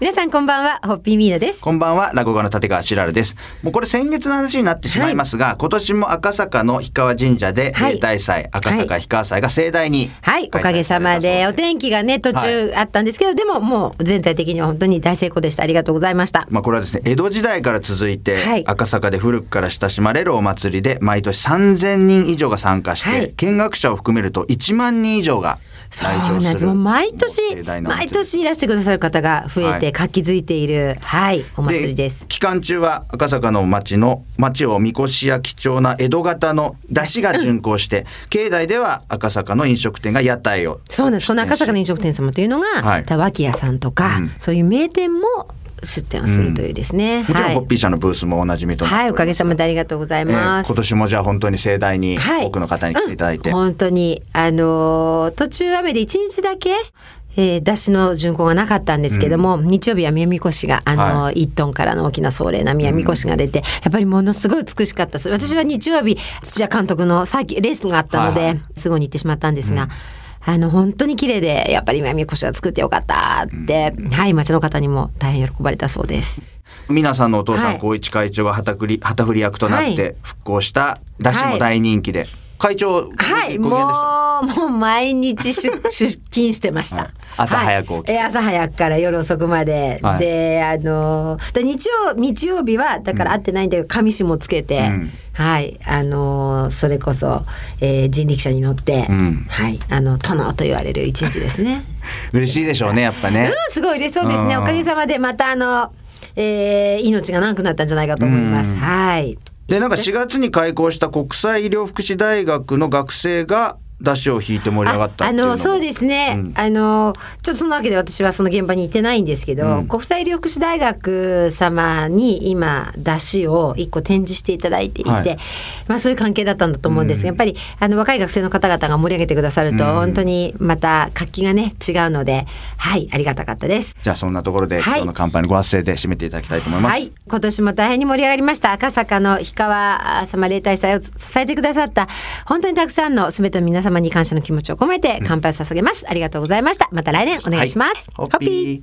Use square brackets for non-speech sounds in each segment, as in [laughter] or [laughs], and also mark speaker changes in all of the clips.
Speaker 1: 皆さんこんばんは、ホッピーミーナです。
Speaker 2: こんばんは、落語家の立川しらるです。もうこれ先月の話になってしまいますが、今年も赤坂の氷川神社で、
Speaker 1: はい
Speaker 2: えー大祭、赤坂氷川祭が盛大に
Speaker 1: はい、おかげさまで、お天気がね、途中あったんですけど、でももう全体的には本当に大成功でした。ありがとうございました。
Speaker 2: まあこれはですね、江戸時代から続いて、
Speaker 1: はい
Speaker 2: 赤坂で古くから親しまれるお祭りで、毎年3000人以上が参加して、
Speaker 1: はい
Speaker 2: 見学者を含めると1万人以上が来
Speaker 1: そうな
Speaker 2: 場
Speaker 1: んですす。
Speaker 2: る。
Speaker 1: もう毎年
Speaker 2: もう盛大、なお祭
Speaker 1: 毎
Speaker 2: り
Speaker 1: 年いらしてくださる方が増え
Speaker 2: は
Speaker 1: て
Speaker 2: い
Speaker 1: 活気づいている、はい、お祭りです。
Speaker 2: 期間中は赤坂の町の町をみこしや貴重な江戸型の出汁が巡行
Speaker 1: [laughs]
Speaker 2: して、境内では赤坂の飲食店が屋台を
Speaker 1: そうなんです。この赤坂の飲食店様というのが、
Speaker 2: はい
Speaker 1: たわき屋さんとか、そういう名店も出店をするというですね。
Speaker 2: もちろ
Speaker 1: は
Speaker 2: ん
Speaker 1: い
Speaker 2: ホッピー社のブースもおなじみとなってお
Speaker 1: は
Speaker 2: り
Speaker 1: い、
Speaker 2: ます
Speaker 1: おかげさまでありがとうございま
Speaker 2: えー
Speaker 1: す。
Speaker 2: 今年もじゃあ本当に盛大に
Speaker 1: はい
Speaker 2: 多くの方に来ていただいて、
Speaker 1: うん本当にあのー途中雨で一日だけ。えー、出汁の巡行がなかったんですけども、日曜日は宮みこしが、あのー
Speaker 2: は
Speaker 1: 1トンからの大きな壮麗な宮みこしが出て、やっぱりものすごい美しかったです私は日曜日土屋監督のさっきレースがあったので、
Speaker 2: はいは
Speaker 1: すごいに行ってしまったんですが、あの本当に綺麗でやっぱり宮みこしが作ってよかったって、はい町の方にも大変喜ばれたそうです。
Speaker 2: 皆さんのお父さ
Speaker 1: は
Speaker 2: ん
Speaker 1: い
Speaker 2: 光、一会長が旗振り旗振り役となっ
Speaker 1: は
Speaker 2: て復興した出汁も大人気で、会長
Speaker 1: はい、
Speaker 2: ご機嫌でした
Speaker 1: もう、もう毎日出出勤してました。
Speaker 2: はい朝早く起きて
Speaker 1: はいえ朝早くから夜遅くまで、
Speaker 2: はい
Speaker 1: で、あのー、で日曜、日曜日は、だから会ってないんだけど、紙紙もつけて。
Speaker 2: うん
Speaker 1: はい、あのーそれこそ、えー人力車に乗って、
Speaker 2: ん
Speaker 1: はい、あの、殿と言われる一日で
Speaker 2: [laughs]
Speaker 1: すね。
Speaker 2: 嬉しいでしょうねやっぱね、
Speaker 1: うん、すごい嬉しそうですね。
Speaker 2: うん
Speaker 1: おかげさまで、また、あの、えー命が長くなったんじゃないかと思います。はい。
Speaker 2: でなんか4月に開校した国際医療福祉大学の学生が出汁を引いて盛り上がったっていうの
Speaker 1: あ
Speaker 2: も
Speaker 1: あのそうですね、
Speaker 2: うん
Speaker 1: あのちょっとそのわけで私はその現場に行ってないんですけど、国際医療福祉大学様に今出汁を一個展示していただいていて、
Speaker 2: はい
Speaker 1: まあそういう関係だったんだと思うんですが、やっぱりあの若い学生の方々が盛り上げてくださると、本当にまた活気がね違うのではいありがたかったです。
Speaker 2: じゃあそんなところで、
Speaker 1: はい
Speaker 2: 今日の乾杯のご発声で締めていただきたいと思います、
Speaker 1: はい、今年も大変に盛り上がりました赤坂の氷川様例大祭を支えてくださった本当にたくさんのすべての皆様に感謝の気持ちを込めて乾杯を捧げます、ありがとうございましたまた来年お願いします、
Speaker 2: ホッピー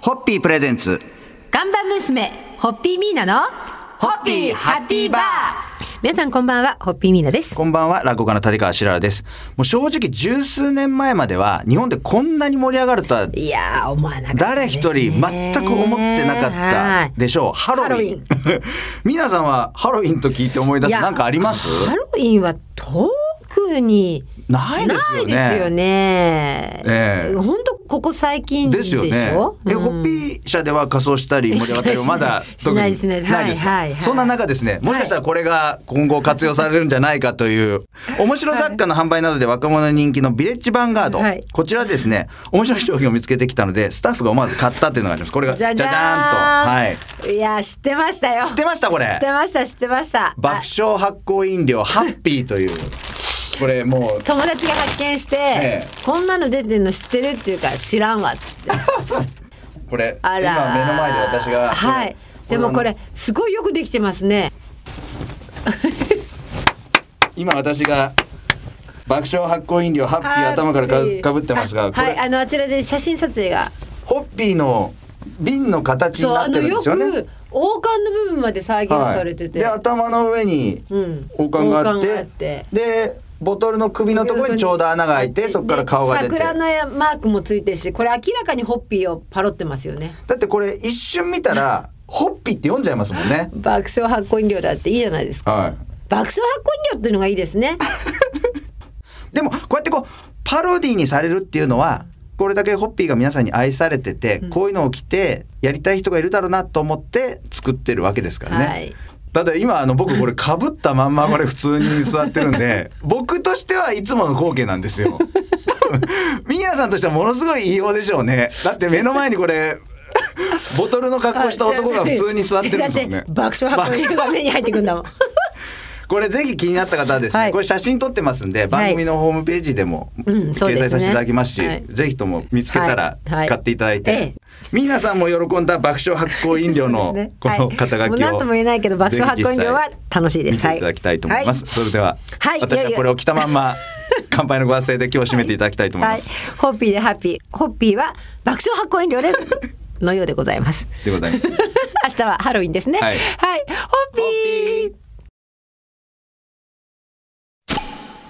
Speaker 2: ホッピープレゼンツ
Speaker 1: 看板娘ホッピーミーナの
Speaker 2: ホッピーハッピーバー
Speaker 1: 皆さんこんばんはホッピーミーナです
Speaker 2: こんばんは、落語家の立川しららです。もう正直十数年前までは、日本でこんなに盛り上がるとは、
Speaker 1: いやー思わなかった
Speaker 2: 誰一人全く思ってなかったでしょう。ハロウィン。 [laughs] 皆さんはハロウィンと聞いて思い出す、なんかあります
Speaker 1: ハロウィンは特に
Speaker 2: ないですよね。
Speaker 1: ないですよね。
Speaker 2: ええ
Speaker 1: 本当ここ最近で
Speaker 2: で
Speaker 1: し
Speaker 2: すよ
Speaker 1: ょ。
Speaker 2: ね。え、
Speaker 1: うん
Speaker 2: ホッピー社では仮装したり盛り上がったりはまだ
Speaker 1: [laughs] しないしないし
Speaker 2: 特
Speaker 1: ない
Speaker 2: にですか
Speaker 1: はいはいはい
Speaker 2: そんな中ですね、もしかしたらこれが今後活用されるんじゃないかという、面白雑貨の販売などで若者に人気のビレッジヴァンガード。
Speaker 1: はい
Speaker 2: こちらですね、面白い商品を見つけてきたので、スタッフが思わず買ったっていうのがあります。これが、
Speaker 1: じゃじゃーん
Speaker 2: んと。はい。
Speaker 1: いや知ってましたよ。
Speaker 2: 知ってましたこ
Speaker 1: 知
Speaker 2: れ
Speaker 1: っ。てました知ってました。
Speaker 2: 爆笑発酵飲料、ハッピーという。これもう
Speaker 1: あ、友達が発見して、
Speaker 2: ええ
Speaker 1: こんなの出てんの知ってるっていうから知らんわっつ
Speaker 2: [laughs]
Speaker 1: って。
Speaker 2: これ、今
Speaker 1: あ
Speaker 2: 目
Speaker 1: らー。
Speaker 2: の前で私が。
Speaker 1: はい。でもこれすごいよくできてますね。
Speaker 2: 今私が爆笑発酵飲料ハッピー頭から
Speaker 1: ハッピ
Speaker 2: かか
Speaker 1: ー
Speaker 2: ぶってますが
Speaker 1: あ
Speaker 2: これ、
Speaker 1: はいあのあちらで写真撮影が。
Speaker 2: ホッピーの瓶の形に
Speaker 1: そう
Speaker 2: なっ
Speaker 1: あ
Speaker 2: て
Speaker 1: の
Speaker 2: るんで
Speaker 1: よ
Speaker 2: すよね。
Speaker 1: く王冠の部分まで再現
Speaker 2: はい
Speaker 1: されてて。
Speaker 2: で頭の上に
Speaker 1: うん
Speaker 2: 王冠があっ
Speaker 1: 王冠が
Speaker 2: て,、
Speaker 1: あって
Speaker 2: でボトルの首のところにちょうど穴が開いてそこから顔が出て
Speaker 1: で桜
Speaker 2: だ
Speaker 1: のマークもついてるしこれ明らかにホッピーをパロってますよね
Speaker 2: ってこれ一瞬見たらホッピーって読んじゃいますもんね。
Speaker 1: 爆笑発酵飲料だっていいじゃないですか
Speaker 2: はい
Speaker 1: 爆笑発酵飲料っていうのがいいですね
Speaker 2: でもこうやってこうパロディにされるっていうのはこれだけホッピーが皆さんに愛されてて、こういうのを着てやりたい人がいるだろうなと思って作ってるわけですからね。
Speaker 1: はい
Speaker 2: ただ今あの僕これかぶったまんまこれ普通に座ってるんで [laughs] 僕としてはいつもの光景なんですよ。 [laughs] ミーナさんとしてはものすごい言いようでしょうね。だって目の前にこれボトルの格好した男が普通に座ってるんですもん
Speaker 1: [laughs] だっ
Speaker 2: ね
Speaker 1: て。爆笑発酵飲料が目に入ってくんだもん
Speaker 2: これぜひ気になった方はですね、
Speaker 1: はい
Speaker 2: これ写真撮ってますんで番組のホームページでも
Speaker 1: うんそう
Speaker 2: 掲
Speaker 1: ですね
Speaker 2: 載させていただきますし、
Speaker 1: はい
Speaker 2: ぜひとも見つけたら
Speaker 1: はいはい
Speaker 2: 買っていただいて、
Speaker 1: ええ
Speaker 2: 皆さんも喜んだ爆笑発酵飲
Speaker 1: [laughs]
Speaker 2: 料のこの肩書きを、
Speaker 1: 何とも言えないけど爆笑発酵飲料は楽しいで
Speaker 2: 見
Speaker 1: す。
Speaker 2: ていただきたいと思います。
Speaker 1: は
Speaker 2: それでは、
Speaker 1: はい
Speaker 2: 私はこれを着たまん
Speaker 1: [laughs]
Speaker 2: ま乾杯のご発声で今日締めていただきたいと思い
Speaker 1: は
Speaker 2: ま
Speaker 1: い
Speaker 2: す。、
Speaker 1: ホッピーでハッピー、ホッピーは爆笑発酵飲料でのようでござい
Speaker 2: [laughs]
Speaker 1: ます。
Speaker 2: でございます。
Speaker 1: 明日はハロウィンですね。
Speaker 2: は
Speaker 1: はいい、ホッピー。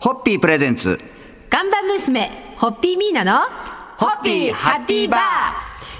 Speaker 3: ホッピープレゼンツ
Speaker 1: ガンバ娘、ホッピーミーナの、ホ
Speaker 3: ッピーハッピーバー。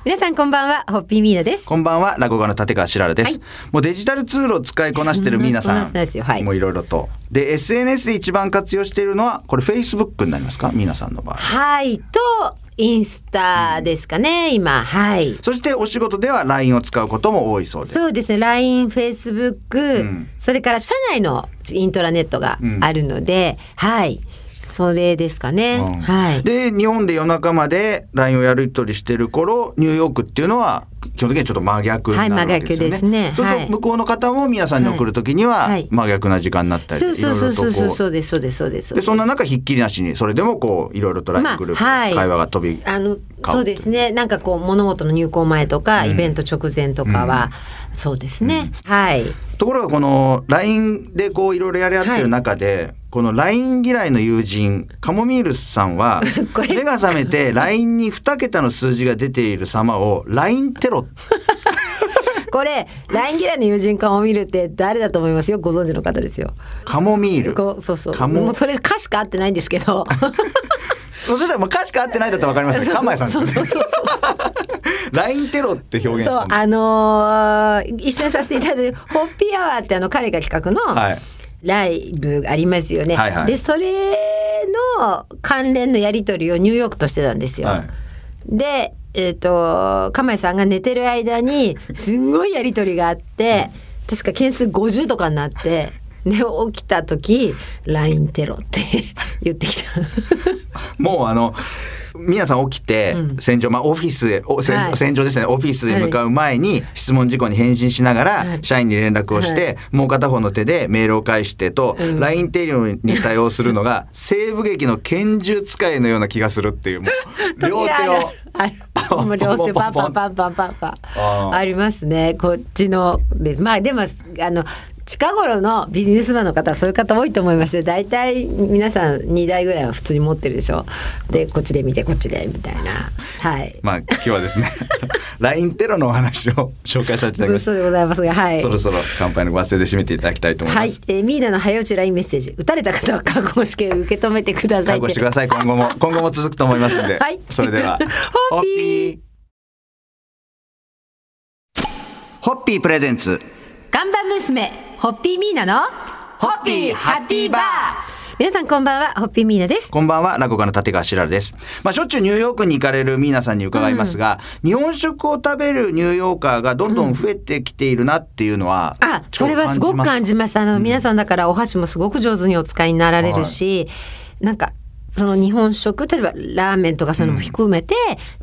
Speaker 1: 皆さんこんばんは、ホッピーミーナです。
Speaker 2: こんばんは、落語家の立川しららです、
Speaker 1: はい
Speaker 2: もうデジタルツールを使いこなして
Speaker 1: [laughs]
Speaker 2: る皆さ
Speaker 1: そんなこなしてないですよはい
Speaker 2: ん、もういろいろと。で、SNS で一番活用しているのは、これ Facebook になりますか皆さんの場合。
Speaker 1: はい、と、インスタですかね、今、はい。
Speaker 2: そしてお仕事では LINE を使うことも多いそうです。
Speaker 1: そうですね、LINE、Facebook、
Speaker 2: ん
Speaker 1: それから社内のイントラネットがあるので、はい、それですかね。
Speaker 2: うん
Speaker 1: はい。
Speaker 2: で日本で夜中まで LINE をやり取りしてる頃ニューヨークっていうのは基本的にはちょっと真逆になるわけですよね。
Speaker 1: はい真逆ですね
Speaker 2: そうす
Speaker 1: は
Speaker 2: る
Speaker 1: い
Speaker 2: と向こうの方も皆さんに送るときに
Speaker 1: はい
Speaker 2: は
Speaker 1: はい
Speaker 2: 真逆な時間になったり、
Speaker 1: そうそうそう
Speaker 2: いろいろ
Speaker 1: そう
Speaker 2: と
Speaker 1: そう
Speaker 2: こ
Speaker 1: そうですそうですそうです
Speaker 2: でそんな中ひっきりなしにそれでもこういろいろと LINE グループ
Speaker 1: まあはい
Speaker 2: 会話が飛び
Speaker 1: あの
Speaker 2: 顔
Speaker 1: そうですねなんかこう物事の入稿前とか、イベント直前とかは、そうですね、はい
Speaker 2: ところがこの LINE でこういろいろやり合ってる中で、この LINE 嫌いの友人カモミールさんは
Speaker 1: [laughs] これ
Speaker 2: 目が覚めて LINE に2桁の数字が出ている様を LINE テロ
Speaker 1: これ LINE 嫌いの友人感を見るって誰だと思いますよご存知の方ですよ
Speaker 2: カモミール
Speaker 1: こうそうそう
Speaker 2: カモ
Speaker 1: もうそれ歌しか合ってないんですけど
Speaker 2: そうそしたらもう歌しか合ってないだったらわかりますね。釜谷さんです
Speaker 1: そう
Speaker 2: ね。
Speaker 1: そうそうそうそう
Speaker 2: ラインテロって表現
Speaker 1: そう
Speaker 2: したんです。
Speaker 1: あのー一緒にさせていただいてる「ホッピーアワー」ってあの彼が企画の
Speaker 2: はい
Speaker 1: ライブありますよね。
Speaker 2: はいはい
Speaker 1: でそれの関連のやり取りをニューヨークとしてたんですよ。
Speaker 2: はい
Speaker 1: でえっ、と釜井さんが寝てる間にすんごいやり取りがあって確か件数50とかになって。寝起きた時「LINE テロ」って [laughs] 言ってきた
Speaker 2: もうあの皆さん起きて戦場、まあオフィスへお戦,、
Speaker 1: はい
Speaker 2: 戦場ですねオフィスへ向かう前に質問事項に返信しなが
Speaker 1: は
Speaker 2: ら
Speaker 1: い
Speaker 2: 社員に連絡をして、もう片方の手でメールを返してと、ラインテロに対応するの
Speaker 1: [laughs]
Speaker 2: が西部劇の拳銃使いのような気がするっていうも
Speaker 1: [laughs]
Speaker 2: う両手を
Speaker 1: あるもう両手パンパンパンパンパンパン
Speaker 2: あー
Speaker 1: ありますねこっちのですまあでもあの近頃のビジネスマンの方はそういう方多いと思いますよ大体皆さん2台ぐらいは普通に持ってるでしょでこっちで見てこっちでみたいなはい
Speaker 2: まあ今日はですね [laughs] ラインテロのお話を紹介させていただきました
Speaker 1: 嘘でございますがはい
Speaker 2: そろそろ乾杯のご発声で締めていただきたいと思います。
Speaker 1: はい、えー、ミーナの早打ち LINE メッセージ打たれた方は覚悟試験受け止めてください
Speaker 2: 覚悟し
Speaker 1: って
Speaker 2: てください。今後も、今後も続くと思いますんで。
Speaker 1: はい。
Speaker 2: それでは
Speaker 1: [laughs] ホッピー
Speaker 2: ー。
Speaker 3: ホッピープレゼンツ
Speaker 1: 看板娘ホッピーミーナのホ
Speaker 3: ッピーハッピーバー
Speaker 1: 皆さんこんばんはホッピーミーナです
Speaker 2: こんばんは、落語家の立川しららです。まあ、しょっちゅうニューヨークに行かれる皆さんに伺いますが、日本食を食べるニューヨーカーがどんどん増えてきているなっていうのは、
Speaker 1: あ、それはすごく感
Speaker 2: じ
Speaker 1: じます。あの、皆さんだからお箸もすごく上手にお使いになられるし、なんか、その日本食、例えばラーメンとかそういうのも含めて、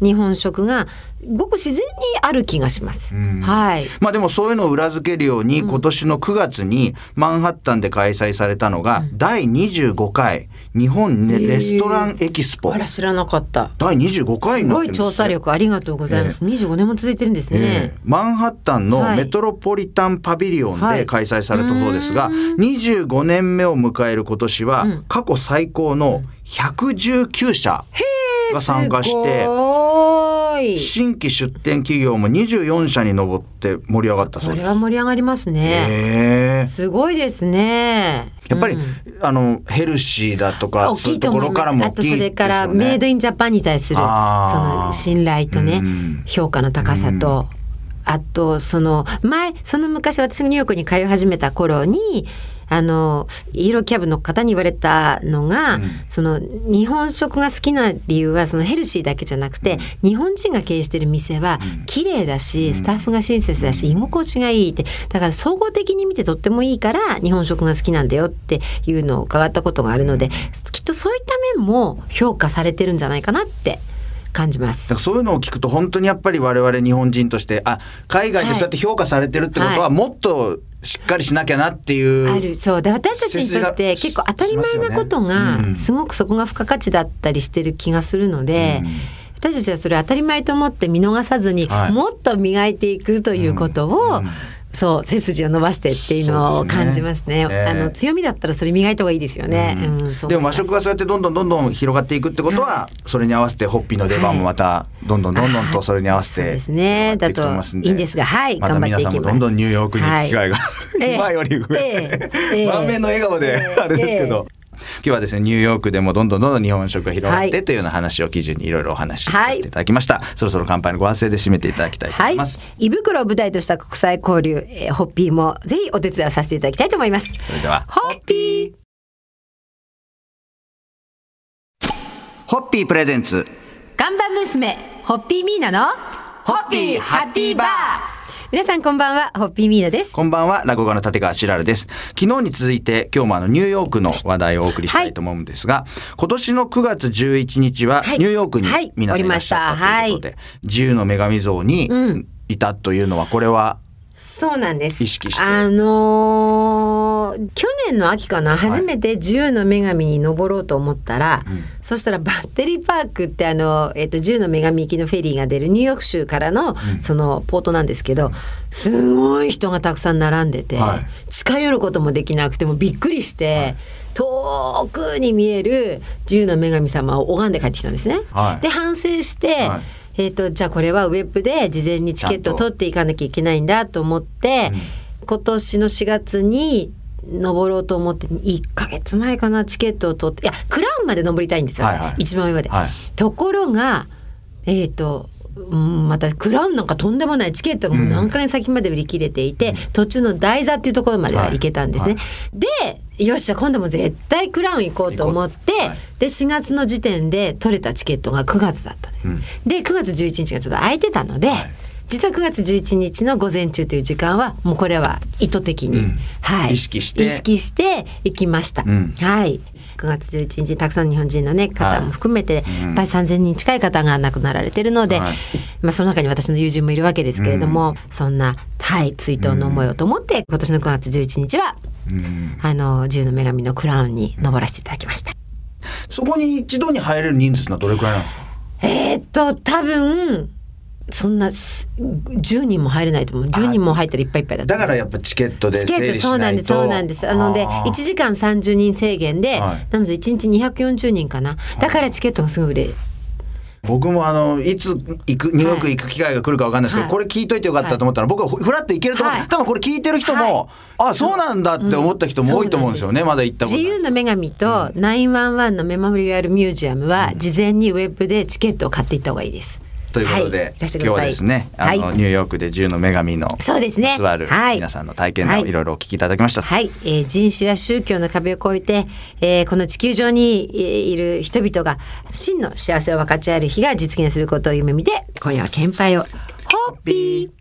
Speaker 1: 日本食がごく自然にある気がします。はい。
Speaker 2: まあでもそういうのを裏付けるように、今年の9月にマンハッタンで開催されたのが、第25回日本ねレストランエキスポ
Speaker 1: あ。ら、知らなかった。
Speaker 2: 第25回に
Speaker 1: す
Speaker 2: なっ
Speaker 1: ご
Speaker 2: てる
Speaker 1: い
Speaker 2: んですよ
Speaker 1: 調査力ありがとうございます。25年も続いてるんですね
Speaker 2: ええ。マンハッタンの
Speaker 1: はい
Speaker 2: メトロポリタンパビリオン
Speaker 1: は
Speaker 2: で
Speaker 1: い
Speaker 2: 開催されたそうですが、25年目を迎える今年は過去最高の119社が参加して
Speaker 1: す、ごーい。
Speaker 2: 新規出店企業も24社に上って盛り上がったそ
Speaker 1: こ
Speaker 2: うで
Speaker 1: れ
Speaker 2: す
Speaker 1: は。盛り上がりますね。
Speaker 2: ええ
Speaker 1: すごいですね。
Speaker 2: やっぱり、あのヘルシーだとか
Speaker 1: 大
Speaker 2: そう
Speaker 1: き
Speaker 2: いう
Speaker 1: い
Speaker 2: と
Speaker 1: と
Speaker 2: こ
Speaker 1: 思
Speaker 2: ろ
Speaker 1: い
Speaker 2: から
Speaker 1: ます。
Speaker 2: も
Speaker 1: あ
Speaker 2: 大
Speaker 1: と
Speaker 2: き
Speaker 1: そ
Speaker 2: いで
Speaker 1: れ
Speaker 2: す
Speaker 1: から
Speaker 2: よね
Speaker 1: メイドインジャパンに対するそ
Speaker 2: あー
Speaker 1: の信頼とね
Speaker 2: うん
Speaker 1: 評価の高さと。あとその前その昔私がニューヨークに通い始めた頃にあのイーローキャブの方に言われたのが、その日本食が好きな理由はそのヘルシーだけじゃなくて、日本人が経営してる店は綺麗だし、スタッフが親切だし居心地がいいってだから総合的に見てとってもいいから日本食が好きなんだよっていうのを伺ったことがあるので、きっとそういった面も評価されてるんじゃないかなって感じます
Speaker 2: だから。そういうのを聞くと本当にやっぱり我々日本人としてあ海外でそうやって評価されてるってことは
Speaker 1: は
Speaker 2: いもっとしっかりしなきゃなっていう。
Speaker 1: あるそうで私たちにとっ
Speaker 2: 姿勢
Speaker 1: て結
Speaker 2: が
Speaker 1: 構当たり前なこと
Speaker 2: しますよね
Speaker 1: が
Speaker 2: うん
Speaker 1: すごくそこが付加価値だったりしてる気がするので、私たちはそれを当たり前と思って見逃さずに、
Speaker 2: はい
Speaker 1: もっと磨いていくということを、
Speaker 2: うんうん
Speaker 1: そう背筋を伸ばしてっていうの
Speaker 2: そ
Speaker 1: を
Speaker 2: うですね
Speaker 1: 感じます
Speaker 2: え
Speaker 1: ね
Speaker 2: え
Speaker 1: あの強みだったらそれ磨いた方がいいですよね、うんそう
Speaker 2: でも和
Speaker 1: 思います
Speaker 2: 食がそうやってどんどんどんどん広がっていくってことは、それに合わせてホッピーの出番もまたどんどんどんどんとそれに合わせ
Speaker 1: そう
Speaker 2: て
Speaker 1: ですね
Speaker 2: 広がっていく思ますん
Speaker 1: だといいんですがはい
Speaker 2: また
Speaker 1: 頑張っていきます
Speaker 2: 皆さんもどんどんニューヨークに行く機会が、 [laughs]
Speaker 1: い
Speaker 2: 今より増えて、
Speaker 1: ええええ
Speaker 2: 満面の笑顔で、
Speaker 1: ええ
Speaker 2: あれですけど。今日はですねニューヨークでもどんどんどんどん日本食が広がっ
Speaker 1: は
Speaker 2: て
Speaker 1: い
Speaker 2: というような話を基準にいろいろお話しさせていただきました、そろそろ乾杯のご発声で締めていただきたいと
Speaker 1: は
Speaker 2: 思い
Speaker 1: い
Speaker 2: ます、、
Speaker 1: 胃袋を舞台とした国際交流、えーホッピーもぜひお手伝いをさせていただきたいと思います
Speaker 2: それでは
Speaker 1: ホッピー
Speaker 3: ホッピープレゼンツ
Speaker 1: 看板娘ホッピーミーナの
Speaker 3: ホッピーハッピーバー
Speaker 1: 皆さんこんばんはホッピーミーナです
Speaker 2: こんばんは、落語家の立川しらるです。昨日に続いて、今日もあのニューヨークの話題をお送りしたいと思うんですが、今年の9月11日は
Speaker 1: はい
Speaker 2: ニューヨークに
Speaker 1: はい
Speaker 2: 皆さんいらっしゃったということで、自由の女神像に
Speaker 1: うん
Speaker 2: いたというのは、これは、
Speaker 1: そうなんです
Speaker 2: 意識して
Speaker 1: あのー去年の秋かな初めて自由の女神に登ろうと思ったら、そしたらバッテリーパークってあの、えっと自由の女神行きのフェリーが出るニューヨーク州からの、そのポートなんですけどすごい人がたくさん並んでて、
Speaker 2: はい
Speaker 1: 近寄ることもできなくてもうびっくりして、遠くに見える自由の女神様を拝んで帰ってきたんですね。
Speaker 2: はい
Speaker 1: で反省して、
Speaker 2: はい
Speaker 1: えっとじゃあこれはウェブで事前にチケットを取ってっていかなきゃいけないんだと思って、今年の4月に登ろうと思って1ヶ月前かなチケットを取っていやクラウンまで登りたいんですよ、
Speaker 2: はいはい
Speaker 1: 一番上まで。
Speaker 2: はい
Speaker 1: ところがえっ、とうんまたクラウンなんかとんでもないチケットがもう何ヶ月先まで売り切れていて、途中の台座っていうところまでは行けたんですね。でよしじゃあ今度も絶対クラウン行こうと思って、
Speaker 2: 行こうはい
Speaker 1: で4月の時点で取れたチケットが9月だったんです、で9月11日がちょっと空いてたので、実は9月11日の午前中という時間はもうこれは意図的に、
Speaker 2: うん
Speaker 1: はい、
Speaker 2: 意識して
Speaker 1: 意識して行きました、
Speaker 2: ん
Speaker 1: はい9月11日たくさんの日本人の、ね、方も含めて、やっぱり3,000人近い方が亡くなられてるので、
Speaker 2: はい
Speaker 1: まあ、その中に私の友人もいるわけですけれども、そんな、はい、追悼の思いをと思って、今年の9月11日は、あの自由の女神のクラウンに登らせていただきました。
Speaker 2: そこに一度に入れる人数のはどれくらいなんですか
Speaker 1: えーっと多分そんなし10人も入れないと思う10人も入ったらいっぱいいっぱいだと
Speaker 2: だ
Speaker 1: 思
Speaker 2: か
Speaker 1: う
Speaker 2: らやっぱチケットで
Speaker 1: チケ
Speaker 2: 整
Speaker 1: ッ
Speaker 2: 理
Speaker 1: ト
Speaker 2: し
Speaker 1: そうな
Speaker 2: なんい
Speaker 1: で
Speaker 2: と
Speaker 1: すそうなんですあので1時間30人制限で、
Speaker 2: はい
Speaker 1: なので1日240人かなだからチケットがすごい売れ
Speaker 2: 僕もあのいつ行くニューヨーク行く機会が来るかわかんないですけど、
Speaker 1: はい
Speaker 2: これ聞いといてよかったと思ったら、僕はふふらっと行けると思って、
Speaker 1: はい
Speaker 2: 多分これ聞いてる人も、あそうなんだって思った人も多いと思うんですよね、まだ行ったこと
Speaker 1: 自
Speaker 2: ない
Speaker 1: 由の女神と911のメモリアルミュージアムは事前にウェブでチケットを買っていった方がいいです
Speaker 2: ということで、
Speaker 1: はい、いらして
Speaker 2: 今日
Speaker 1: くだ
Speaker 2: は
Speaker 1: さい
Speaker 2: ですね、あの、
Speaker 1: はい
Speaker 2: ニューヨークで自由の女神の
Speaker 1: そうですね
Speaker 2: 座る
Speaker 1: はい
Speaker 2: 皆さんの体験談をいろいろお聞きいただきました。
Speaker 1: はい、えー人種や宗教の壁を越えて、えーこの地球上にえーいる人々が真の幸せを分かち合える日が実現することを夢見て今夜は献杯をホッピー